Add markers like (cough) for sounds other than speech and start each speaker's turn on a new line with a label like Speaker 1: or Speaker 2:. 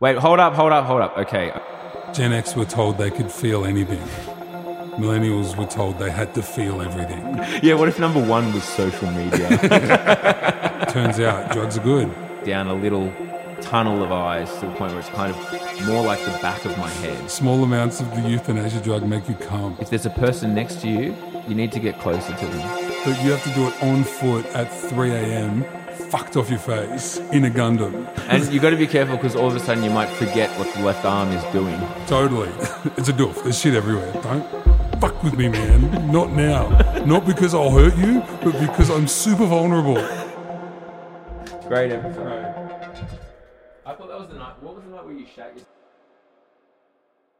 Speaker 1: Wait, hold up, hold up, hold up. Okay.
Speaker 2: Gen X were told they could feel anything. Millennials were told they had to feel everything.
Speaker 1: Yeah, what if number one was social (laughs) media?
Speaker 2: Turns out drugs are good.
Speaker 1: Down a little tunnel of eyes to the point where it's kind of more like the back of my head.
Speaker 2: Small amounts of the euthanasia drug make you calm,
Speaker 1: If there's a person next to you, you need to get closer to them.
Speaker 2: but you have to do it on foot at 3 a.m., fucked off your face, in a Gundam.
Speaker 1: And you got to be careful because all of a sudden you might forget what the left arm is doing.
Speaker 2: Totally. (laughs) It's a doof. There's shit everywhere. Don't fuck with me, man. Not now. Not because I'll hurt you, but because I'm super vulnerable.
Speaker 1: Great episode. I thought that was the night. What was the night where you shat yourself?